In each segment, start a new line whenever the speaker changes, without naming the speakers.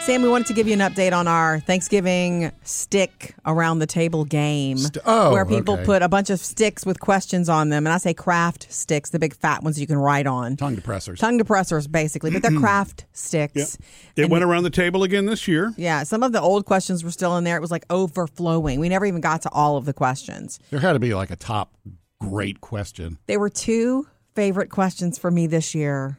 Sam, we wanted to give you an update on our Thanksgiving stick around the table game.
St- oh,
where people
okay.
put a bunch of sticks with questions on them. And I say craft sticks, the big fat ones you can write on.
Tongue depressors.
Tongue depressors, basically, but they're craft sticks.
It went around the table again this year.
Yeah, some of the old questions were still in there. It was like overflowing. We never even got to all of the questions.
there had to be like a top great question.
There were two favorite questions for me this year.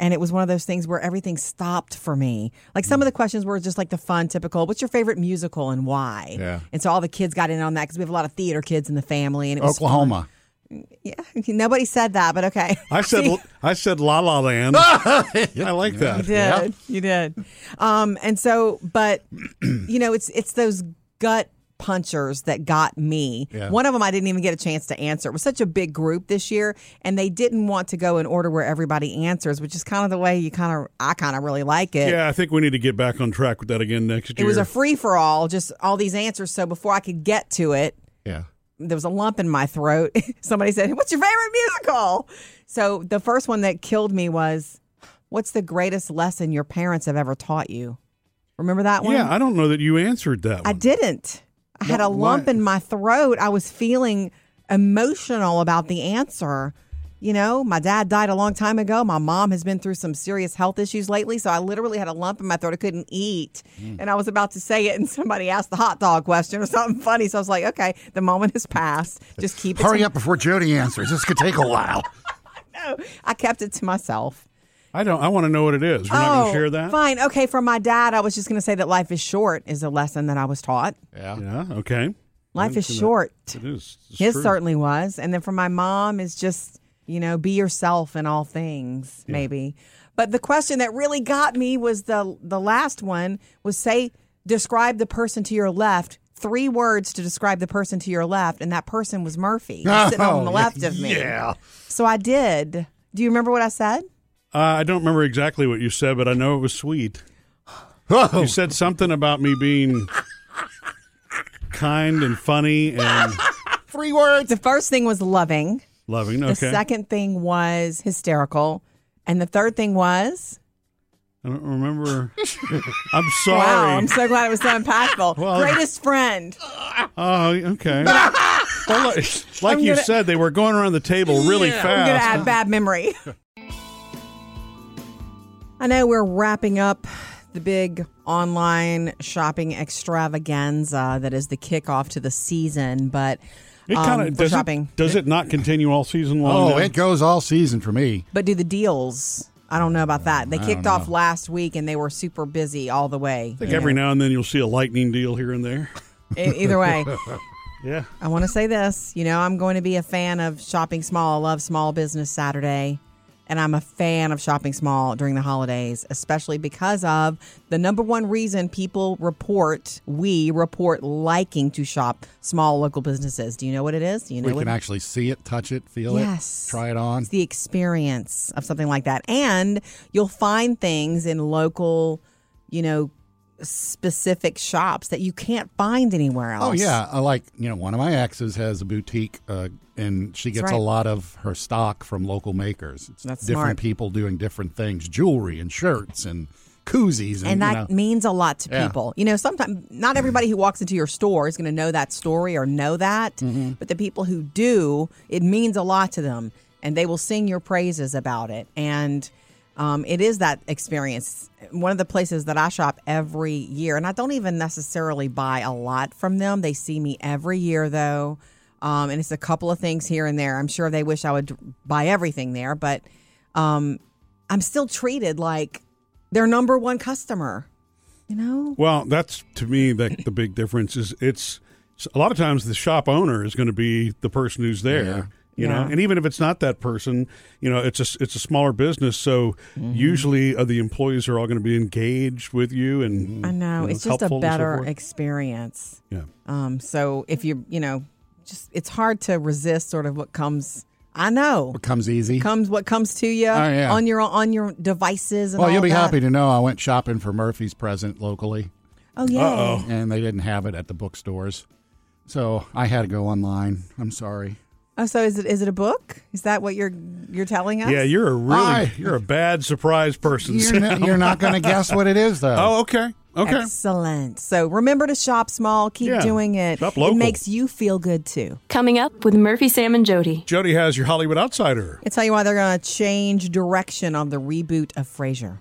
And it was one of those things where everything stopped for me. Like some of the questions were just like the fun, typical, what's your favorite musical and why?
Yeah.
And so all the kids got in on that because we have a lot of theater kids in the family. And it was
Oklahoma.
Yeah, nobody said that, but okay.
I said
See?
I said La La Land. I like
You
that.
did. You did. Um, and so, but you know, it's it's those gut punchers that got me.
Yeah.
One of them I didn't even get a chance to answer. It was such a big group this year, and they didn't want to go in order where everybody answers, which is kind of the way you kind of I kind of really like it.
Yeah, I think we need to get back on track with that again next year.
It was a free for all, just all these answers. So before I could get to it,
Yeah.
there was a lump in my throat. Somebody said, "What's your favorite musical?" So the first one that killed me was, "What's the greatest lesson your parents have ever taught you?" Remember that one?
yeah, I don't know that you answered that.
I
one.
didn't. I had a
What-
lump
what?
in my throat. I was feeling emotional about the answer. You know, my dad died a long time ago. My mom has been through some serious health issues lately. So I literally had a lump in my throat. I couldn't eat.
Hmm.
And I was about to say it, and somebody asked the hot dog question or something funny. So I was like, okay, the moment has passed. Just keep it to
Hurry up before Jody answers. This could take a while.
no, I kept it to myself. Oh,
I don't. I want to know what it is. You're not going to share that.
Fine. Okay, from my dad, I was just going to say that life is short is a lesson that I was taught.
Yeah.
Yeah. Okay.
Life is
Into that.
short.
It is. It's
His
true.
certainly was. And then from my mom is just, you know, be yourself in all things, maybe. But the question that really got me was the the last one was say describe the person to your left. Three words to describe the person to your left, and that person was Murphy sitting on the
Oh,
left of me.
Yeah.
So I did. Do you remember what I said?
Uh, I don't remember exactly what you said, but I know it was sweet.
Oh,
You said something about me being kind and funny and
three words.
The first thing was loving.
loving.
The
Okay.
second thing was hysterical. And the third thing was
I don't remember. I'm
wow,
sorry.
I'm so glad it was so impactful.
Well-
Greatest friend.
Oh, okay. Well, like like you
gonna-
said, they were going around the table really
I'm gonna
fast.
add bad memory. I know we're wrapping up the big online shopping extravaganza that is the kickoff to the season, but
It
um,
kind
for
of does
shopping.
it, does it not continue all season long?
Oh,
now?
it goes all season for me.
But do the deals? I don't know about that. They kicked off last week and they were super busy all the way.
I think every now and then you'll see a lightning deal here and there.
E- Either way,
Yeah.
I want to say this. You know, I'm going to be a fan of shopping small. I love Small Business Saturday. And I'm a fan of shopping small during the holidays, especially because of the number one reason people report, we report liking to shop small local businesses. Do you know what it is? Do you know
We
what
can actually see it, touch it, feel
Yes.
it, try it on.
it's the experience of something like that. And you'll find things in local, you know, specific shops that you can't find anywhere else.
Oh yeah, I like you know one of my exes has a boutique, uh, and she gets
right.
a lot of her stock from local makers. It's
That's
different
smart.
people doing different things, jewelry and shirts and koozies, and,
and
you
that
know,
means a lot to
Yeah.
people. You know, sometimes not everybody who walks into your store is going to know that story or know that, but the people who do, it means a lot to them, and they will sing your praises about it. And um, it is that experience. One of the places that I shop every year, and I don't even necessarily buy a lot from them. They see me every year though, um, and it's a couple of things here and there. I'm sure they wish I would buy everything there, but. Um, I'm still treated like their number one customer. You know?
Well, that's to me that the big difference is it's a lot of times the shop owner is going to be the person who's there. You know,
Yeah.
and even if it's not that person, you know, it's a it's a smaller business, so
Mm-hmm.
usually uh, the employees are all going to be engaged with you,
Mm-hmm.
Mm-hmm. and
I know.
you
it's just a
helpful and so
better
forth.
experience.
yeah.
Um, so if you you know, just it's hard to resist sort of what comes I know.
comes easy.
Comes what comes to you
Oh, yeah.
on your on your devices and
well,
all
you'll be
that.
happy to know I went shopping for Murphy's present locally,
Oh yeah.
Uh-oh.
and they didn't have it at the bookstores, so I had to go online. I'm sorry.
Oh, so is it is it a book? Is that what you're you're telling us?
Yeah, you're a really
Hi.
you're a bad surprise person.
You're,
Sam.
not- you're not going to guess what it is, though.
oh, okay. Okay.
Excellent. So remember to shop small. Keep
Yeah.
doing it.
Shop local.
It makes you feel good too.
Coming up with Murphy, Sam, and Jody.
Jody has your Hollywood Outsider.
I tell you why they're going to change direction on the reboot of Frasier.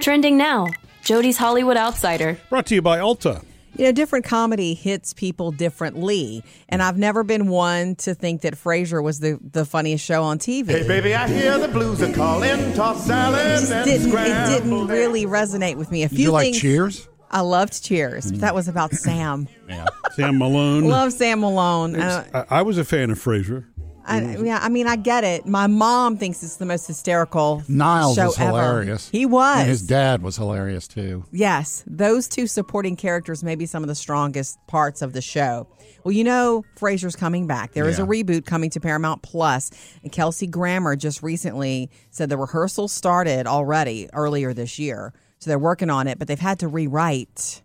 Trending now Jody's Hollywood Outsider.
Brought to you by Ulta.
You know, different comedy hits people differently, and I've never been one to think that Frasier was the the funniest show on TV.
Hey, baby, I hear the blues are calling. Toss salad
it just
and
didn't. It
scrambled eggs.
didn't really resonate with me. A
Did
few
you like
things.
Cheers? Mm.
I loved Cheers, but that was about Sam.
Yeah.
Sam Malone.
Love Sam Malone. I don't-
I, I was a fan of Frasier.
I, yeah, I mean, I get it. My mom thinks it's the most hysterical
Niles
show
was
ever.
hilarious.
He was.
And his dad was hilarious too.
Yes, those two supporting characters may be some of the strongest parts of the show. Well, you know, Frasier's coming back. There is
Yeah.
a reboot coming to Paramount Plus, and Kelsey Grammer just recently said the rehearsal started already earlier this year. So they're working on it, but they've had to rewrite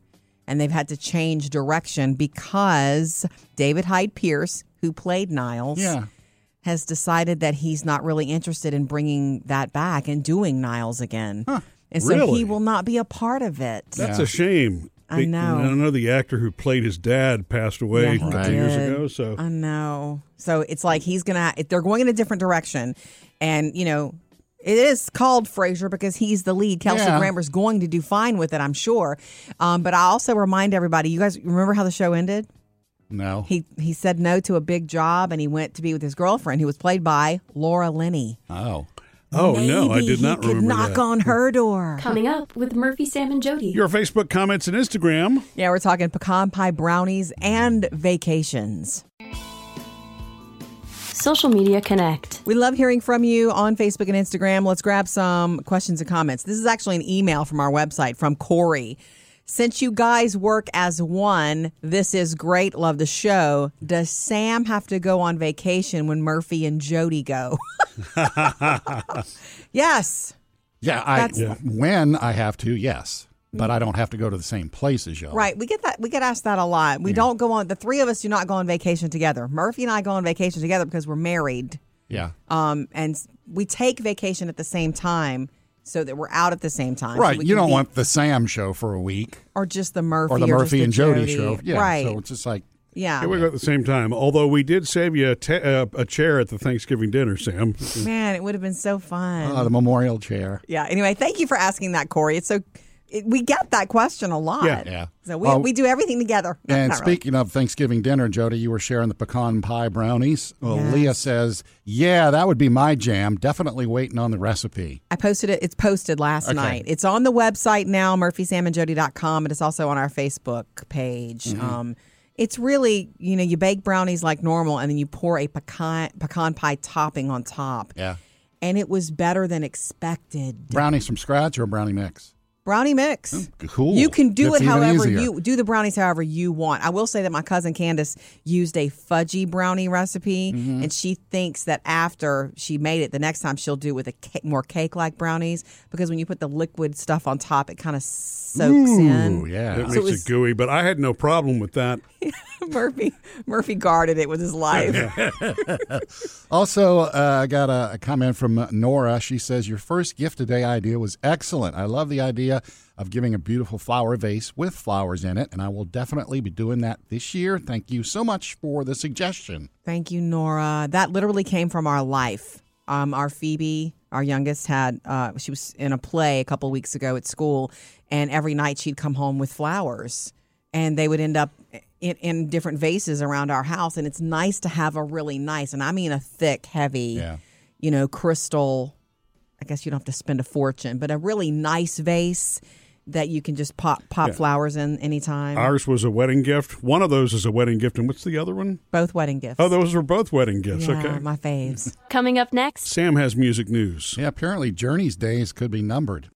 and they've had to change direction because David Hyde Pierce, who played Niles,
Yeah.
has decided that he's not really interested in bringing that back and doing Niles again. And so
really?
he will not be a part of it.
That's
Yeah.
a shame.
I
Be-
know.
I know the actor who played his dad passed away
Yeah, he
a couple years
did. Uh,
ago. So
I know. So it's like he's gonna. They're going in a different direction, and you know, it is called Frasier because he's the lead. Kelsey
Yeah.
Grammer's going to do fine with it, I'm sure. Um, but I also remind everybody, you guys remember how the show ended?
No.
He he said no to a big job, and he went to be with his girlfriend, who was played by Laura Linney.
oh.
oh no, I
Maybe
did
he
not
could
remember
knock
that.
on her door.
Coming up with Murphy, Sam, and Jody.
Your Facebook comments and Instagram.
Yeah, we're talking pecan pie brownies and vacations.
Social media connect.
We love hearing from you on Facebook and Instagram. Let's grab some questions and comments. This is actually an email from our website from Corey. Since you guys work as one, this is great. Love the show. Does Sam have to go on vacation when Murphy and Jody go? yes.
Yeah, I
That's- Yeah.
when I have to, yes. But I don't have to go to the same place as y'all.
Right. We get that. We get asked that a lot. We don't go on, the three of us do not go on vacation together. Murphy and I go on vacation together because we're married.
Yeah.
um, and s- we take vacation at the same time so that we're out at the same time. So
Right.
we
you
can
don't
be-
want the Sam show for a week
or just the Murphy
or the
just
Murphy and Jody, show. Yeah.
right?
So it's just like
yeah,
Yeah, we go at the same time. Although we did save you a, ta uh, a chair at the Thanksgiving dinner, Sam.
man, it would have been so fun.
uh, the memorial chair.
yeah. Anyway, thank you for asking that, Corey. It's so it, we get that question a lot.
Yeah.
Yeah.
So we,
Well,
we do everything together. No,
And
not really.
speaking of Thanksgiving dinner, Jody, you were sharing the pecan pie brownies. Well,
Yes.
Leah says, "Yeah, that would be my jam. Definitely waiting on the recipe."
I posted it. It's posted last night. It's on the website now, murphysamandjody.com, and it's also on our Facebook page. Um, it's really, you know, you bake brownies like normal, and then you pour a pecan pecan pie topping on top.
Yeah.
And it was better than expected.
Brownies from scratch or brownie mix?
Brownie mix.
Cool.
You can do
That's
it
even
however
easier.
you do the brownies however you want. I will say that my cousin Candace used a fudgy brownie recipe,
Mm-hmm.
and she thinks that after she made it, the next time she'll do with a cake, more cake like brownies because when you put the liquid stuff on top, it kind of soaks
Ooh,
in.
It
yeah.
makes
it
it,
was-
gooey, but I had no problem with that.
Murphy Murphy guarded it with his life.
Also, uh, I got a, a comment from uh, Nora. She says, Your first gift today idea was excellent. I love the idea of giving a beautiful flower vase with flowers in it, and I will definitely be doing that this year. Thank you so much for the suggestion.
Thank you, Nora. That literally came from our life. Um, our Phoebe, our youngest, had uh, she was in a play a couple weeks ago at school, and every night she'd come home with flowers, and they would end up in, in different vases around our house. And it's nice to have a really nice, and I mean a thick, heavy,
Yeah.
you know, crystal. I guess you don't have to spend a fortune, but a really nice vase that you can just pop pop flowers in anytime.
Ours was a wedding gift. One of those is a wedding gift, and what's the other one?
Both wedding gifts.
Oh, those were both wedding gifts.
yeah,
okay.
my faves.
Coming up next,
Sam has music news.
Yeah, apparently, Journey's days could be numbered.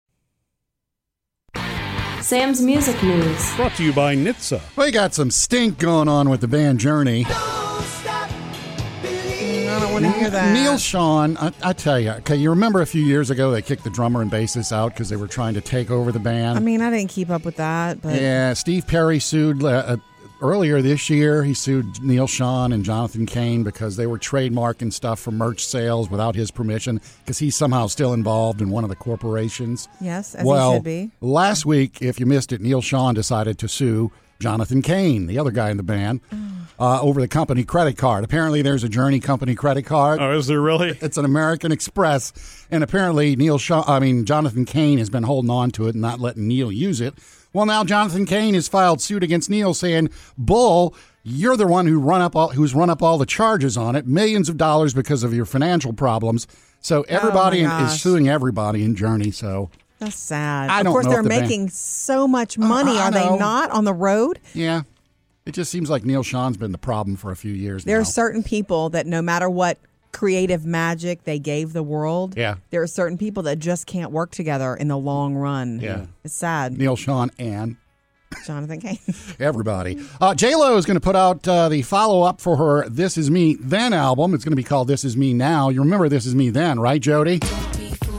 Sam's music news.
Brought to you by Nitsa.
We got some stink going on with the band Journey.
I don't want to hear that.
Neil Sean, I, I tell you, okay, you remember a few years ago they kicked the drummer and bassist out because they were trying to take over the band?
I mean, I didn't keep up with that, but
Yeah, Steve Perry sued uh, uh, earlier this year, he sued Neil Sean and Jonathan Kane because they were trademarking stuff for merch sales without his permission because he's somehow still involved in one of the corporations.
Yes, as he
well,
should be.
Last week, if you missed it, Neil Sean decided to sue Jonathan Kane, the other guy in the band,
Oh.
uh, over the company credit card. Apparently, there's a Journey company credit card.
Oh, is there really?
It's an American Express, and apparently Neil Shaw, I mean Jonathan Kane has been holding on to it and not letting Neil use it. Well, now Jonathan Kane has filed suit against Neil, saying, "Bull, you're the one who run up all, who's run up all the charges on it, millions of dollars because of your financial problems." So everybody in- is
gosh.
suing everybody in Journey. So
That's sad.
I
of
don't
course,
know
they're
if the band-
making so much money.
I
Are they
know.
not on the road?
yeah, it just seems like Neil Sean's been the problem for a few years.
There
now.
are certain people that no matter what creative magic they gave the world,
Yeah.
there are certain people that just can't work together in the long run.
Yeah.
It's sad.
Neil Sean and
Jonathan Kane.
everybody. Uh, J Lo is going to put out uh, the follow up for her "This Is Me Then" album. It's going to be called "This Is Me Now." You remember "This Is Me Then," right, Jody?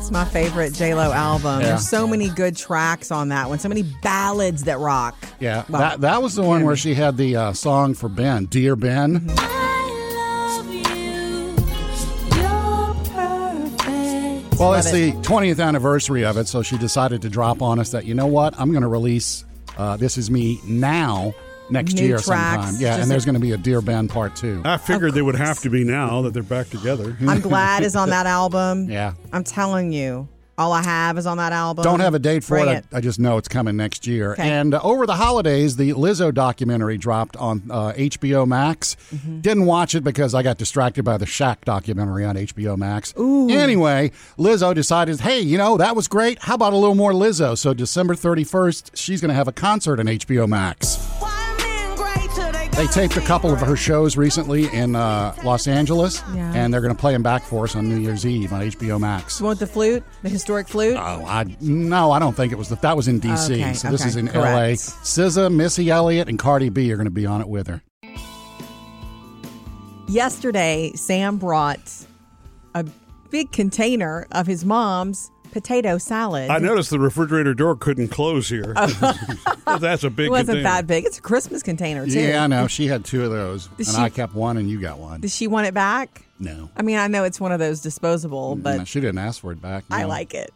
It's my favorite J-Lo album.
Yeah.
There's so many good tracks on that one. So many ballads that rock. Wow.
Yeah,
Mm-hmm.
that that was the one where she had the uh, song for Ben, "Dear Ben." Well, it's the 20th anniversary of it, so she decided to drop on us that you know what, I'm going to release uh, "This Is Me Now." Next
New
year,
tracks,
sometime, yeah,
just
and there's
a-
going to be a Dear Ben part two.
I figured they would have to be now that they're back together. Hmm.
I'm glad is on that album.
Yeah.
I'm telling you. All I have is on that album.
Don't have a date for it.
Um, Bring
I- I, just know it's coming next year.
Okay.
And uh, over the holidays, the Lizzo documentary dropped on uh, HBO Max.
Mm-hmm.
Didn't watch it because I got distracted by the Shaq documentary on HBO Max. Anyway, Lizzo decided, hey, you know that was great. How about a little more Lizzo? So December thirty first, she's going to have a concert on HBO Max. They taped a couple of her shows recently in uh, Los Angeles,
Yeah.
and they're going to play them back for us on New Year's Eve on HBO Max.
You want the flute? The historic flute?
Oh, I no, I don't think it was that. That was in D.C.
Okay,
so this
okay,
is in
correct.
L.A. SZA, Missy Elliott, and Cardi B are going to be on it with her.
Yesterday, Sam brought a big container of his mom's potato salad.
I noticed the refrigerator door couldn't close here. That's a big
Oh. It wasn't
container.
that big. It's a Christmas container, too.
Yeah, I know. She had two of those, and
she-
I kept one, and you got one.
Does she want it back?
No,
I mean, I know it's one of those disposable, but
No, she didn't ask for it back.
I
no.
like it.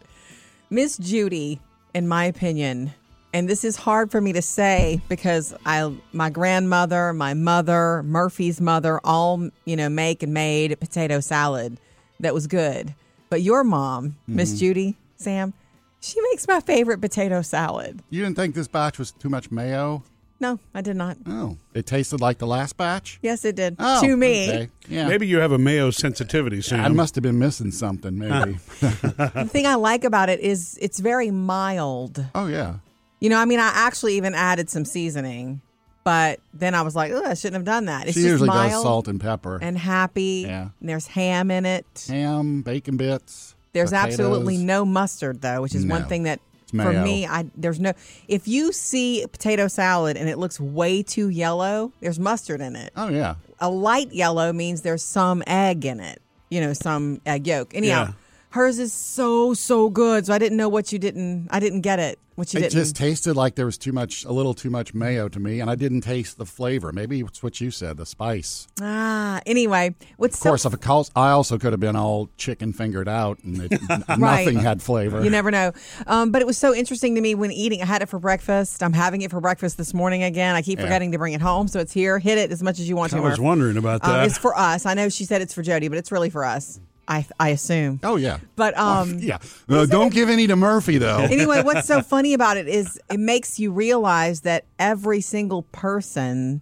Miss Judy, in my opinion, and this is hard for me to say because I my grandmother, my mother, Murphy's mother all, you know, make and made potato salad that was good. But your mom, Miss
Mm-hmm.
Judy, Sam, she makes my favorite potato salad.
You didn't think this batch was too much mayo?
No, I did not.
Oh, it tasted like the last batch.
Yes, it did.
Oh,
to me.
okay. yeah.
Maybe you have a mayo sensitivity, Sam.
I must have been missing something. Maybe.
The thing I like about it is it's very mild.
oh yeah.
You know, I mean, I actually even added some seasoning, but then I was like, oh, I shouldn't have done that. It's
she
just
usually
mild
does salt and pepper,
and happy.
Yeah.
And there's ham in it.
ham, bacon bits.
There's
potatoes.
absolutely no mustard though, which is
No.
one thing that for
mayo.
me, I there's no. If you see potato salad and it looks way too yellow, there's mustard in it.
Oh yeah.
A light yellow means there's some egg in it. You know, some egg yolk. Anyhow.
Yeah.
Hers is so so good, so I didn't know what you didn't. I didn't get it. What you
It
didn't.
just tasted like there was too much, a little too much mayo to me, and I didn't taste the flavor. Maybe it's what you said, the spice.
ah, anyway, what's
Of course, if it calls, I also could have been all chicken fingered out, and it,
Right.
nothing had flavor.
You never know. Um, but it was so interesting to me when eating. I had it for breakfast. I'm having it for breakfast this morning again. I keep
Yeah.
forgetting to bring it home, so it's here. Hit it as much as you want
I
to.
was
Murph.
wondering about
Um,
that.
it's for us. I know she said it's for Jody, but it's really for us. I I assume.
oh yeah,
But um,
yeah. Uh, don't give any to Murphy though.
anyway, what's so funny about it is it makes you realize that every single person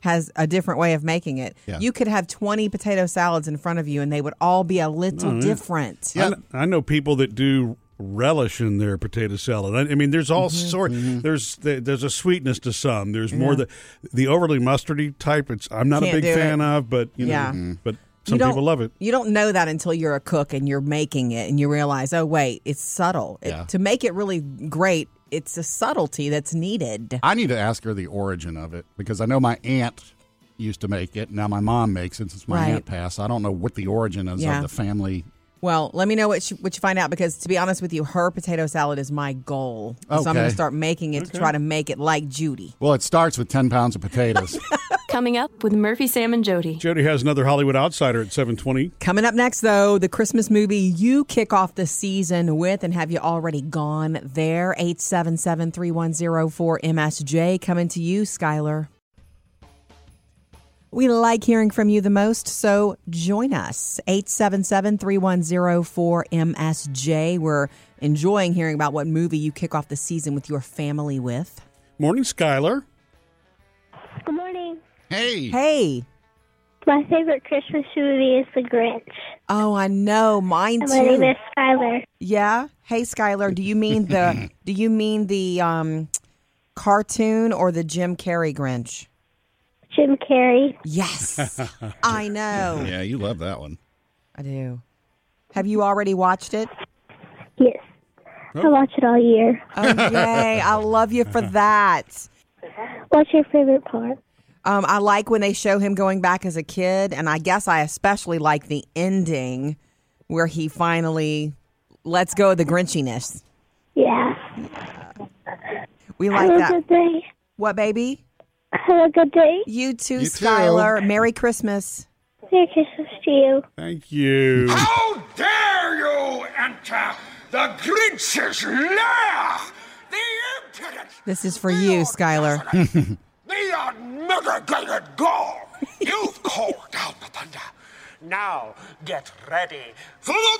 has a different way of making it.
Yeah.
You could have 20 potato salads in front of you, and they would all be a little different.
I, kn- I know people that do relish in their potato salad. I, I mean, there's all
Mm-hmm,
sort. There's there- there's a sweetness to some. There's more the the overly mustardy type. It's I'm not
Can't
a big
do
fan
it.
of, but you know,
Yeah.
Mm-hmm.
Mhm.
but
You
some
don't-
people love it.
You don't know that until you're a cook and you're making it and you realize, oh, wait, it's subtle. It-
Yeah.
to make it really great, it's a subtlety that's needed.
I need to ask her the origin of it because I know my aunt used to make it. Now my mom makes it since my
Right.
aunt passed. I don't know what the origin is
Yeah.
of the family.
Well, let me know what you, what you find out because to be honest with you, her potato salad is my goal. So
Okay.
I'm going to start making it to try to make it like Judy.
Well, it starts with 10 pounds of potatoes.
Coming up with Murphy, Sam, and Jody.
Jody has another Hollywood outsider at 720.
Coming up next, though, the Christmas movie you kick off the season with, and have you already gone there? 877 3104 MSJ coming to you, Skylar. We like hearing from you the most, so join us. 877 3104 MSJ. We're enjoying hearing about what movie you kick off the season with your family with.
Morning, Skylar.
Good morning.
hey.
Hey.
My favorite Christmas movie is The Grinch.
Oh, I know. Mine too.
My name is Skylar.
Yeah. Hey, Skylar, do you mean the do you mean the um cartoon or the Jim Carrey Grinch?
Jim Carrey.
Yes. I know.
Yeah, you love that one.
I do. Have you already watched it?
Yes. I watch it all year.
Oh yay. I love you for that.
What's your favorite part?
Um, I like when they show him going back as a kid, and I guess I especially like the ending where he finally lets go of the grinchiness.
Yeah.
We like
Have a
that.
good day.
What baby?
Have a good day.
You too,
You too.
Skylar. Merry Christmas.
Merry Christmas to you.
Thank you.
How dare you enter the Grinch's lair? The impudence!
This is for you, Skylar.
the unmitigated gall! You've called down the thunder. Now get ready for the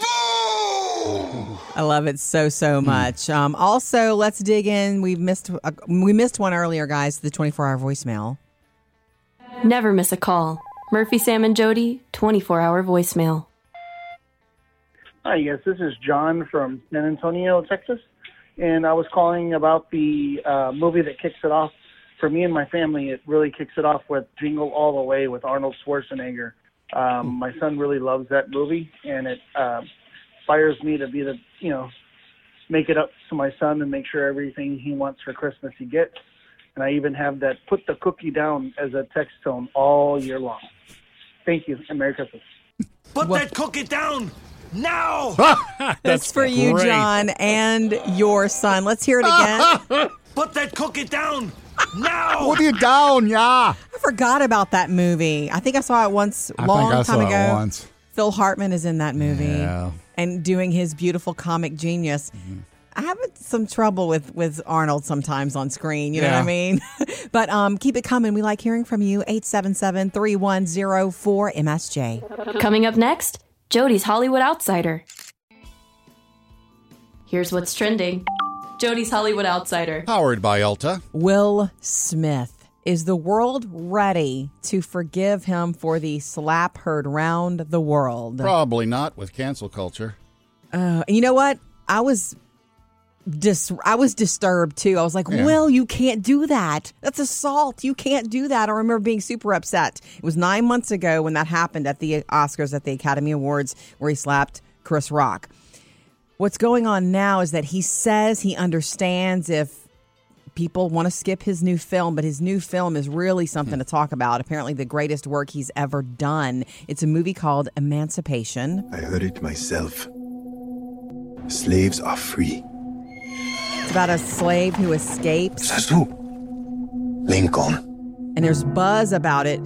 boom!
I love it so so
Hmm.
much. Um, also, let's dig in. We missed uh, we missed one earlier, guys. The twenty four hour voicemail.
Never miss a call. Murphy, Sam, and Jody, 24 hour voicemail.
Hi, yes, this is John from San Antonio, Texas, and I was calling about the uh, movie that kicks it off for me and my family. It really kicks it off with Jingle All the Way with Arnold Schwarzenegger. Um, my son really loves that movie, and it uh, inspires me to be the you know make it up to my son and make sure everything he wants for Christmas he gets. And I even have that "Put the cookie down" as a text tone all year long. Thank you, and Merry Christmas.
Put that cookie down now!
Ah!
That's for you,
great.
John, and your son. Let's hear it again. I
Put that cookie down now!
Put it down, yeah.
forgot about that movie. I think I saw it once
I
long
think I
time
saw
ago.
it once.
Phil Hartman is in that movie
Yeah. Mm-hmm.
and doing his beautiful comic genius. I have some trouble with with Arnold sometimes on screen, you know what
Yeah.
I mean? but um, keep it coming. We like hearing from you. 877-3104-MSJ.
Coming up next, Jody's Hollywood Outsider. Here's what's trending Jody's Hollywood Outsider.
Powered by Ulta.
Will Smith. Is the world ready to forgive him for the slap heard round the world?
Probably not with cancel culture.
Uh, and you know what? I was dis- I was disturbed too. I was like,
Yeah.
"Will, you can't do that. That's assault. You can't do that." I remember being super upset. It was 9 months ago when that happened at the Oscars at the Academy Awards where he slapped Chris Rock. What's going on now is that he says he understands if people want to skip his new film, but his new film is really something to talk about. Apparently, the greatest work he's ever done. It's a movie called Emancipation.
I heard it myself. Slaves are free.
It's about a slave who escapes,
Says who? Lincoln.
and there's buzz about it.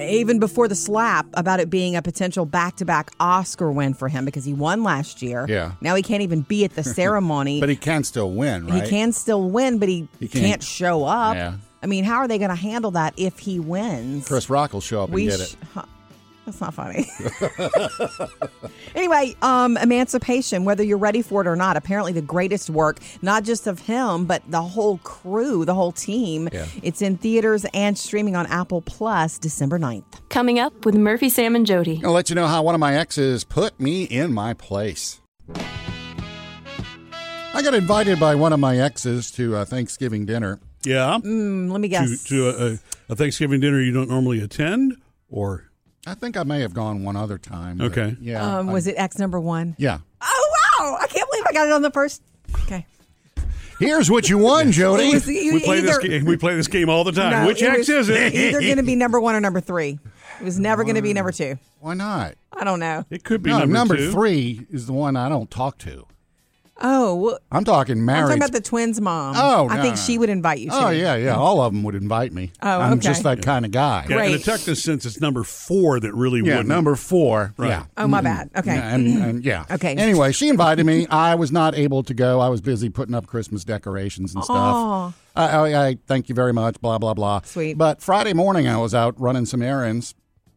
Even before the slap, about it being a potential back to back Oscar win for him because he won last year.
Yeah.
Now he can't even be at the ceremony.
But he can still win, right?
He can still win, but he,
He
can't.
can't.
show up.
Yeah.
I mean, how are they going to handle that if he wins?
Chris Rock will show up and get
sh-
it.
huh. That's not funny. anyway, um, Emancipation, whether you're ready for it or not, apparently the greatest work, not just of him, but the whole crew, the whole team.
Yeah.
It's in theaters and streaming on Apple Plus December 9th.
Coming up with Murphy, Sam, and Jody.
I'll let you know how one of my exes put me in my place. I got invited by one of my exes to a Thanksgiving dinner.
Yeah.
Mm, let me guess.
To, to a, a Thanksgiving dinner you don't normally attend? Or
I think I may have gone one other time. but
Okay.
Yeah.
um, was it X number one?
yeah.
Oh, wow. I can't believe I got it on the first. Okay.
Here's what you won, Jody.
It was- you
Oh, we play this
either-
game. We play this game all the time.
No,
Which
it
X
was
is it?
Either going to be number one or number three. It was never going to be number two.
Why not?
I don't know.
It could be
No,
number,
number
two.
three is the one I don't talk to.
Oh, well,
I'm talking
I'm
married.
talking about the twins' mom.
Oh,
I
no,
think
no,
she
no.
would invite you.
oh
Shane.
yeah, yeah. All of them would invite me.
Oh,
I'm
okay.
just that kind of guy.
Yeah, in a
Great.
technical sense, it's number four that really
Yeah,
wouldn't.
number four.
Right.
Yeah.
Oh, my bad. Okay.
Mm. Yeah, and, and yeah.
Okay.
Anyway, she invited me. I was not able to go. I was busy putting up Christmas decorations
Aw.
and stuff. I, I, I thank you very much. Blah blah blah.
Sweet.
But Friday morning, I was out running some errands,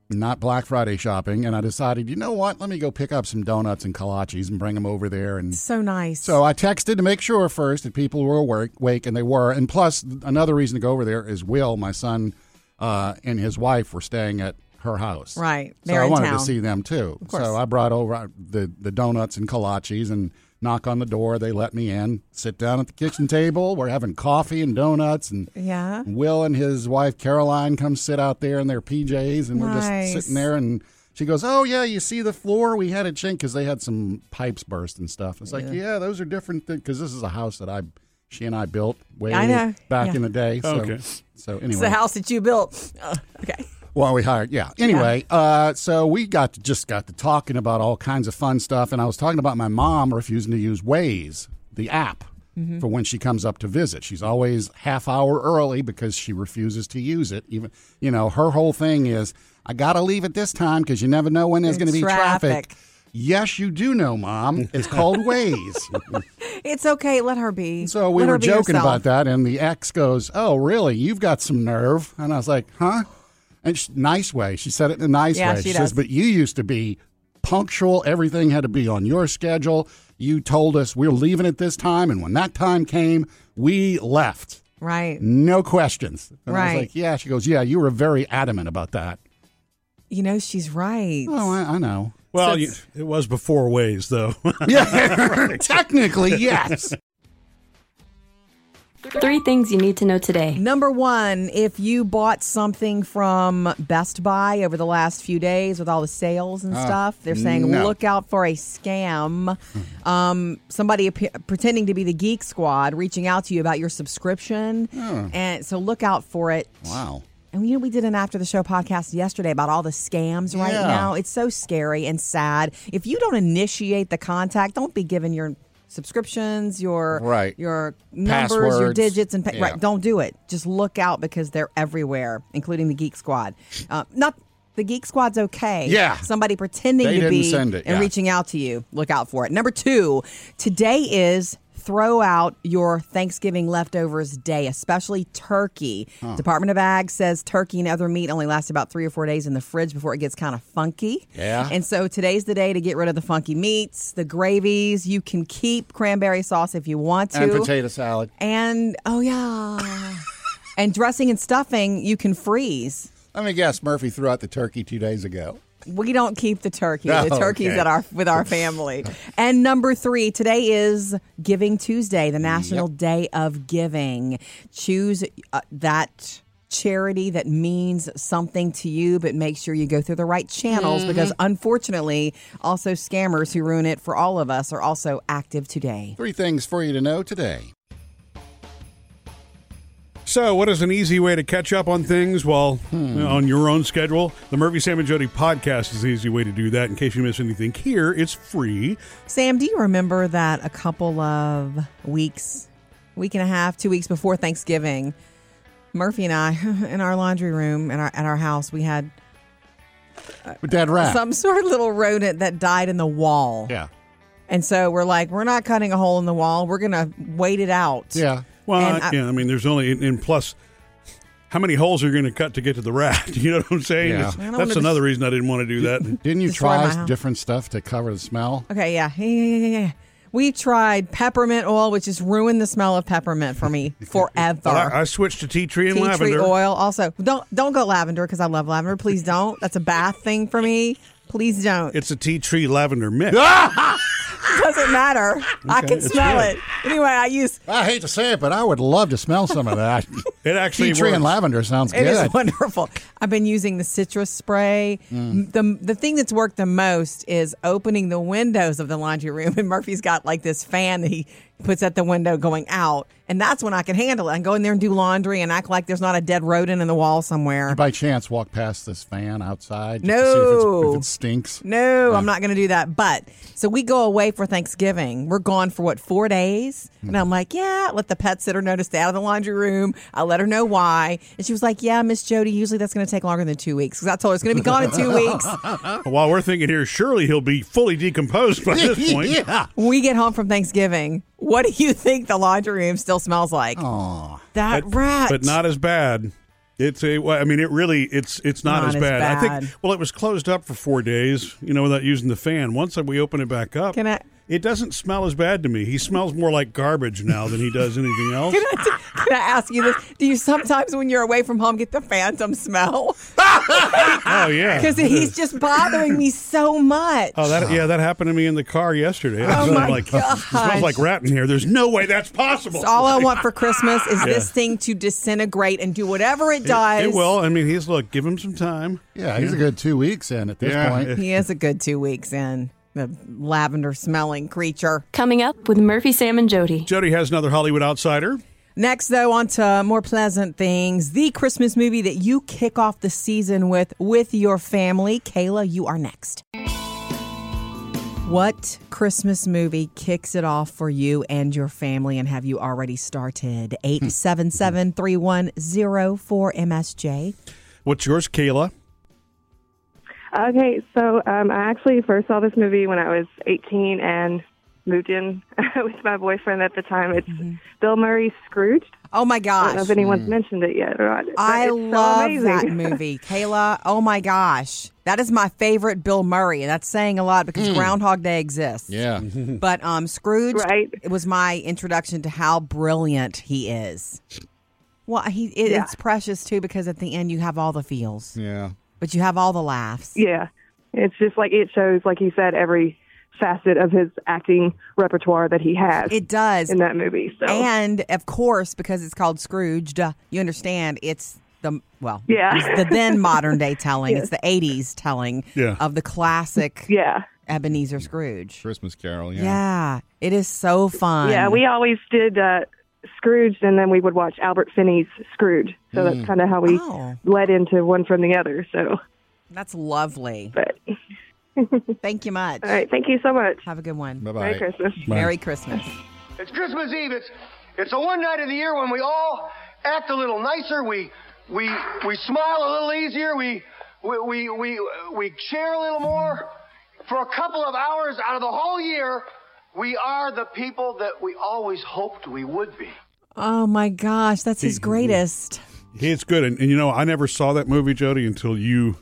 not Black Friday shopping, and I decided, you know what? Let me go pick up some donuts and kolaches and bring them over there. And
So nice.
so I texted to make sure first that people were awake, awake, and they were. And plus, another reason to go over there is Will, my son, uh, and his wife were staying at her house.
Right.
So
They're
I
in
wanted
town.
to see them too.
course.
So I brought over uh, the, the donuts and kolaches and knock on the door. They let me in, sit down at the kitchen table. We're having coffee and donuts. And
yeah.
Will and his wife, Caroline, come sit out there in their PJs. And we're
Nice.
just sitting there. And she goes, Oh, yeah, you see the floor? We had a chink because they had some pipes burst and stuff. It's like, Yeah, those are different things because this is a house that I. She and I built way
I know.
back
Yeah.
in the day. So,
Okay.
so anyway,
It's the house that you built. Uh, okay.
well, we hired, yeah. Anyway, Uh, so we got to, just got to talking about all kinds of fun stuff, and I was talking about my mom refusing to use Waze, the app, for when she comes up to visit. She's always half hour early because she refuses to use it. Even you know, her whole thing is, I got to leave at this time because you never know when there's going to be traffic.
Traffic.
Yes, you do know, Mom. It's called Waze.
It's okay. Let her be.
So we
Let her
were
be
joking
herself.
about that, and the ex goes, "Oh, really? You've got some nerve." And I was like, "Huh?" And she, nice way. She said it in a nice
Yeah,
way.
she
says,
does.
"But you used to be punctual. Everything had to be on your schedule. You told us we're leaving at this time, and when that time came, we left.
Right.
No questions." And I
Right.
was like, "Yeah." She goes, "Yeah, you were very adamant about that."
You know, she's right.
Oh, I, I know.
well,
So
you,
it's-
it was before ways, though.
Yeah, technically, yes.
Three things you need to know today.
Number one, if you bought something from Best Buy over the last few days with all the sales and stuff, they're saying
Ah. no. Hmm.
look out for a scam. um, somebody ap- pretending to be the Geek Squad reaching out to you about your subscription, and so look out for it.
Wow.
And you know, we did an after the show podcast yesterday about all the scams right
Yeah.
now. It's so scary and sad. If you don't initiate the contact, don't be giving your subscriptions, your
Right.
your numbers, your
Passwords.
digits, and pa-
Yeah.
right. Don't do it. Just look out because they're everywhere, including the Geek Squad. Uh, not the Geek Squad's okay.
Yeah.
somebody pretending
They
to
didn't
be
send it,
and
yeah.
reaching out to you. Look out for it. Number two, today is throw out your Thanksgiving leftovers day, especially turkey. Department of Ag says turkey and other meat only lasts about three or four days in the fridge before it gets kind of funky.
Yeah.
And so today's the day to get rid of the funky meats, the gravies. You can keep cranberry sauce if you want to.
And potato salad.
And oh yeah. and dressing and stuffing you can freeze.
Let me guess. Murphy threw out the turkey two days ago.
We don't keep the turkey. the
Oh,
turkey's
okay.
at our with our family. and number three, today is Giving Tuesday, the National Day of Giving. Choose uh, that charity that means something to you, but make sure you go through the right channels because
Mm-hmm.
unfortunately, also scammers who ruin it for all of us are also active today.
Three things for you to know today.
So, what is an easy way to catch up on things while
Hmm.
on your own schedule? The Murphy, Sam, and Jody podcast is the easy way to do that. In case you miss anything here, it's free.
Sam, do you remember that a couple of weeks, week and a half, two weeks before Thanksgiving, Murphy and I in our laundry room in our at our house, we had
With that rat.
Uh, some sort of little rodent that died in the wall.
yeah.
And so we're like, we're not cutting a hole in the wall. We're going to wait it out.
Yeah.
Well,
And I-
yeah, I mean, there's only, and- and plus, how many holes are you going to cut to get to the rat? You know what I'm saying?
Yeah.
It's-
I don't
That's
wanna
another reason I didn't want to do that.
Didn't you
Destroy my
try
house.
different stuff to cover the smell?
Okay, yeah. Yeah, yeah, yeah, yeah, yeah. We tried peppermint oil, which just ruined the smell of peppermint for me forever.
But I, I switched to tea tree and
tea
lavender.
tree oil. Also, don't don't go lavender because I love lavender. Please don't. That's a bath thing for me. Please don't.
It's a tea tree lavender mix.
Ah!
doesn't matter. I can
it's
smell
good.
it. Anyway, I use
I hate to say it, but I would love to smell some of that.
It actually
Tea tree and
works.
lavender sounds
it is
good.
wonderful. I've been using the citrus spray.
Mm.
The the thing that's worked the most is opening the windows of the laundry room and Murphy's got like this fan that he puts at the window going out, and that's when I can handle it. I can go in there and do laundry and act like there's not a dead rodent in the wall somewhere.
You by chance walk past this fan outside? just to see if,
No.
it's- if it stinks.
No, I'm not going to do that. But so we go away for Thanksgiving. We're gone for what four days, and I'm like, yeah. Let the pet sitter know to stay out of the laundry room. I let her know why, and she was like, yeah, Miss Jody. Usually that's going to take longer than two weeks because I told her it's going to be gone in two weeks.
While we're thinking here, surely he'll be fully decomposed by this point.
yeah.
We get home from Thanksgiving. What do you think the laundry room still smells like? that
but,
rat.
but not as bad. It's a. well, I mean, it really. It's it's not,
Not
as,
as
bad. I
bad.
think. Well, it was closed up for four days. You know, without using the fan. Once we open it back up,
Can I-
It doesn't smell as bad to me. He smells more like garbage now than he does anything else.
Can I ask you this? Do you sometimes, when you're away from home, get the phantom smell?
oh yeah,
Because he's just bothering me so much.
Oh, that yeah, that happened to me in the car yesterday. I
Oh,
smelled
my
like, it smells like
gosh.
rat in here. There's no way that's possible.
So all I want for Christmas is this thing to disintegrate and do whatever it does.
It will. I mean, he's look. Give him some time.
Yeah, he's a good two weeks in at this
Yeah.
point.
He is a good two weeks in. The lavender smelling creature.
Coming up with Murphy, Sam, and Jody.
Jody has another Hollywood outsider.
Next, though, on to more pleasant things. The Christmas movie that you kick off the season with with your family. Kayla, you are next. What Christmas movie kicks it off for you and your family, and have you already started? 877 3104 MSJ.
What's yours, Kayla?
Okay, so um, I actually first saw this movie when I was 18 and moved in with my boyfriend at the time. It's Bill Murray's Scrooged.
Oh my
I don't know
Mm-hmm. gosh.
if anyone's mentioned it yet or not. but
I
it's so
love that
amazing.
movie. Kayla, oh my gosh. That is my favorite Bill Murray. And that's saying a lot because Groundhog Day exists.
Yeah.
But um, Scrooge
Right.
it was my introduction to how brilliant he is. Well, he it,
Yeah.
it's precious too because at the end you have all the feels,
Yeah.
but you have all the laughs.
Yeah, it's just like it shows, like he said, every facet of his acting repertoire that he has
It does.
in that movie. So
And of course, because it's called Scrooge, duh, you understand it's the well,
Yeah.
it's the then modern day telling. It's the '80s telling
Yeah.
of the classic
yeah.
Ebenezer Scrooge.
Christmas Carol,
Yeah. it is so fun.
Yeah, we always did uh, Scrooge, and then we would watch Albert Finney's Scrooge. So that's kind of how we
Oh.
led into one from the other. So,
That's lovely.
but all
Thank you much.
right, thank you so much.
Have a good one.
Bye
Merry
bye.
Christmas.
Merry Christmas.
It's Christmas Eve. It's it's the one night of the year when we all act a little nicer. We we we smile a little easier. We we we we, we cheer a little more. For a couple of hours out of the whole year, we are the people that we always hoped we would be.
Oh my gosh, that's his greatest.
It's good, and, and you know, I never saw that movie, Jody, until you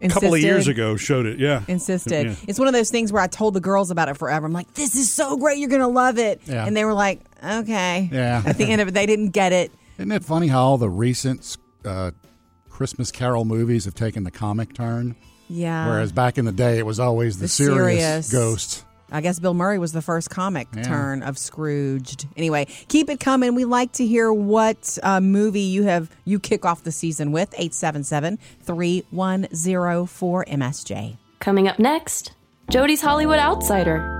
a
Insisted,
couple of years ago showed it. Yeah,
Insisted.
Yeah.
It's one of those things where I told the girls about it forever. I'm like, this is so great. You're going to love it.
Yeah.
And they were like, okay.
Yeah.
At the end of it, they didn't get it.
Isn't it funny how all the recent uh, Christmas Carol movies have taken the comic turn?
Yeah.
Whereas back in the day, it was always the, serious,
Uh. serious.
ghost.
I guess Bill Murray was the first comic
Yeah.
turn of Scrooged. Anyway, keep it coming. We like to hear what uh, movie you have you kick off the season with 877-3104-MSJ.
Coming up next, Jody's Hollywood Outsider.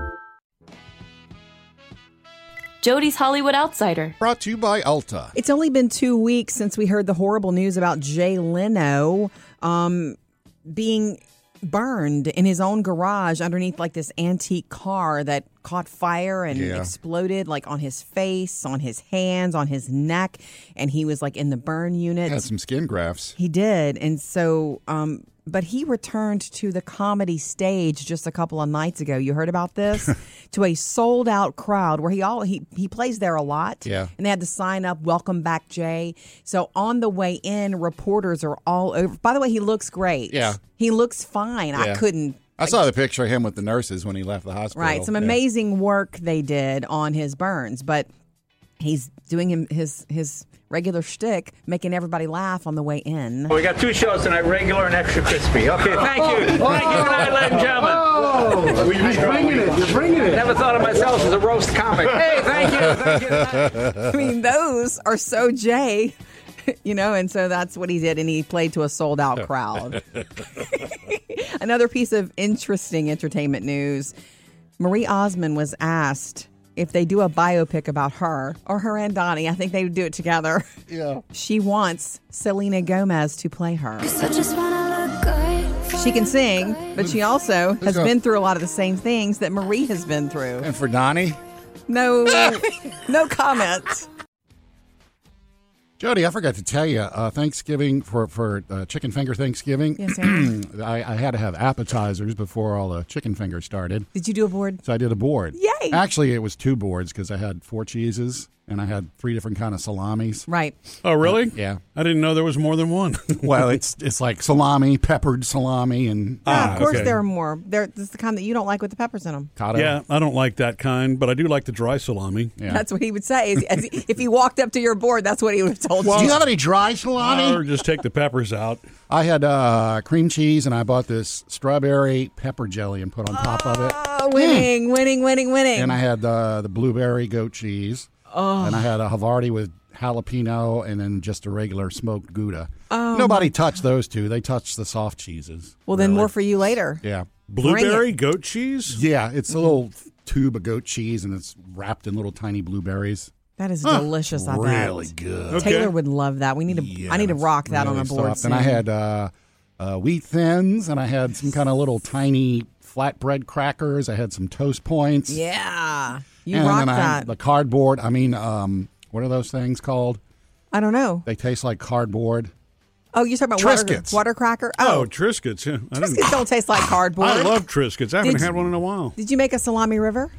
Jody's Hollywood Outsider.
Brought to you by Alta.
It's only been two weeks since we heard the horrible news about Jay Leno um, being burned in his own garage underneath like this antique car that caught fire and
Yeah.
exploded like on his face, on his hands, on his neck, and he was like in the burn unit.
Had some skin grafts.
He did, and so, um, but he returned to the comedy stage just a couple of nights ago. You heard about this? to a sold out crowd where he all he he plays there a lot.
Yeah.
and they had to sign up. Welcome back, Jay. So on the way in, reporters are all over. By the way, he looks great.
Yeah.
he looks fine. I
Yeah.
couldn't.
I saw the picture of him with the nurses when he left the hospital.
Right, some
Yeah.
amazing work they did on his burns, but he's doing him his his regular shtick, making everybody laugh on the way in.
We got two shows tonight, regular and extra crispy. Okay, thank you. Thank you, good night, ladies and gentlemen.
Oh, you're bringing it. You're bringing it.
Never thought of myself as a roast comic. Hey, thank you. Thank you. Good night.
I mean, those are so Jay, you know, and so that's what he did, and he played to a sold out crowd. Another piece of interesting entertainment news Marie Osmond was asked if they do a biopic about her or her and Donnie, I think they would do it together.
Yeah.
She wants Selena Gomez to play her. She can sing, but she also has
go-
been through a lot of the same things that Marie has been through.
And for Donnie,
No, no comment.
Jody, I forgot to tell you, uh, Thanksgiving for for uh, chicken finger Thanksgiving.
Yes,
I, I had to have appetizers before all the chicken fingers started,
Did you do a board?
so I did a board.
Yay!
Actually, it was two boards because I had four cheeses and I had three different kind of salamis.
Right.
Oh, really?
Yeah.
I didn't know there was more than one.
Well, it's it's like salami, peppered salami, and uh,
Yeah, of course,
okay.
there are more. There, this is the kind that you don't like with the peppers in them.
cotto.
yeah, I don't like that kind, but I do like the dry salami.
Yeah.
That's what he would say. As- as he- if he walked up to your board, that's what he would have told
Do you
you.
have any dry salami?
Or just take the peppers out.
I had uh, cream cheese and I bought this strawberry pepper jelly and put on top of it.
Oh, winning, winning, winning, winning.
And I had uh, the blueberry goat cheese.
Ah.
Oh. And I had a Havarti with jalapeno and then just a regular smoked Gouda. Oh, Nobody touched those two. They touched the soft cheeses.
well, then more for you later.
Yeah.
Blueberry goat cheese?
Yeah, it's a little tube of goat cheese and it's wrapped in little tiny blueberries.
That is delicious. I bet.
Really good.
Okay.
Taylor would love that. We need to. I need to rock that on
Really
a board.
soft. And I
soon.
had uh, uh, wheat thins and I had some kind of little tiny flatbread crackers. I had some toast points.
Yeah, you
and
rock
then I had
that.
the cardboard. I mean, um, what are those things called?
I don't know.
They taste like cardboard.
Oh, you talking about water,
Triscuits.
water cracker?
Oh,
Oh,
Triscuits. Yeah, I, didn't-
Triscuits don't taste like cardboard.
I love Triscuits. I haven't
Did-
had one in a while.
Did you make a salami river?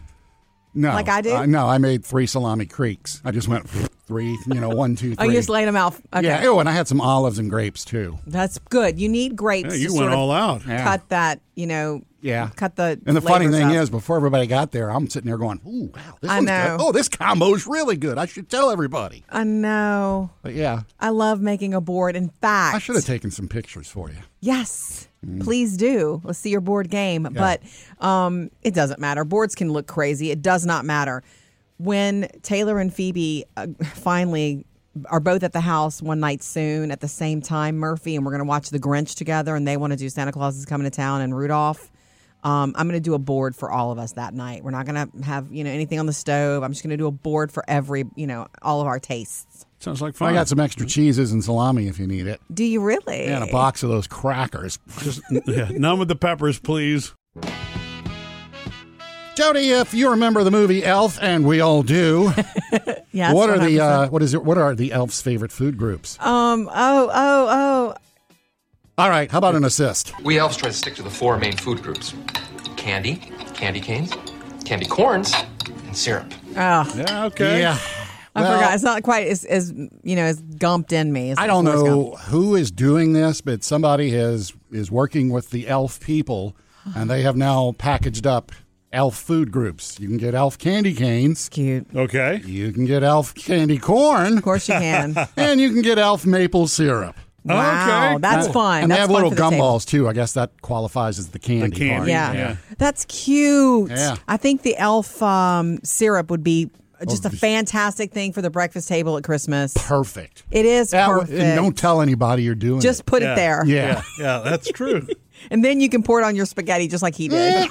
No,
Like I do?
Uh, no, I made three salami creeks. I just went three, you know, one, two,
Oh,
three.
you just laid them out. Okay.
Yeah. Oh, and I had some olives and grapes too.
That's good. You need grapes.
Yeah,
to
you
sort
went
of
all out.
Yeah.
Cut that, you know.
Yeah.
Cut the.
And the funny
flavors
thing
up.
is, before everybody got there, I'm sitting there going, "Ooh, wow, this
I
one's
know.
good. Oh, this combo's really good. I should tell everybody."
I know.
But yeah,
I love making a board. In fact,
I should have taken some pictures for you.
Yes,
Mm.
please do. Let's see your board game. But um, it doesn't matter. Boards can look crazy. It does not matter. When Taylor and Phoebe uh, finally are both at the house one night soon at the same time, Murphy, and we're going to watch The Grinch together, and they want to do Santa Claus is Coming to Town and Rudolph. Um, I'm going to do a board for all of us that night. We're not going to have you know anything on the stove. I'm just going to do a board for every you know all of our tastes.
Sounds like fun.
I got some extra cheeses and salami if you need it,
Do you really?
and a box of those crackers.
Just, yeah, none with the peppers, please.
Jody, if you remember the movie Elf, and we all do,
Yes,
what are the
100%.
uh, what is it? What are the elf's favorite food groups?
um? Oh oh oh!
All right, how about an assist?
We elves try to stick to the four main food groups candy, candy canes, candy corns, and syrup.
Oh.
Yeah, okay.
Yeah,
I
Well,
forgot. It's not quite as, as you know as gumped in me. as
I don't
Forrest Gump.
know who is doing this, but somebody is is working with the elf people, and they have now packaged up elf food groups. You can get elf candy canes,
Cute.
Okay.
you can get elf candy corn,
Of course you can.
and you can get elf maple syrup.
wow,
Okay,
that's
cool.
fun.
And
that's
they have
fun
little
for the table.
gumballs too. I guess that qualifies as the candy,
candy,
part.
Yeah.
Yeah.
that's cute.
Yeah.
I think the elf um, syrup would be just a
Oh,
fantastic thing for the breakfast table at Christmas.
perfect.
It is
That w-
perfect.
And don't tell anybody you're doing
just
it.
put it there,
Yeah.
Yeah, that's true.
Eh.
and then you can pour it on your spaghetti just like he did.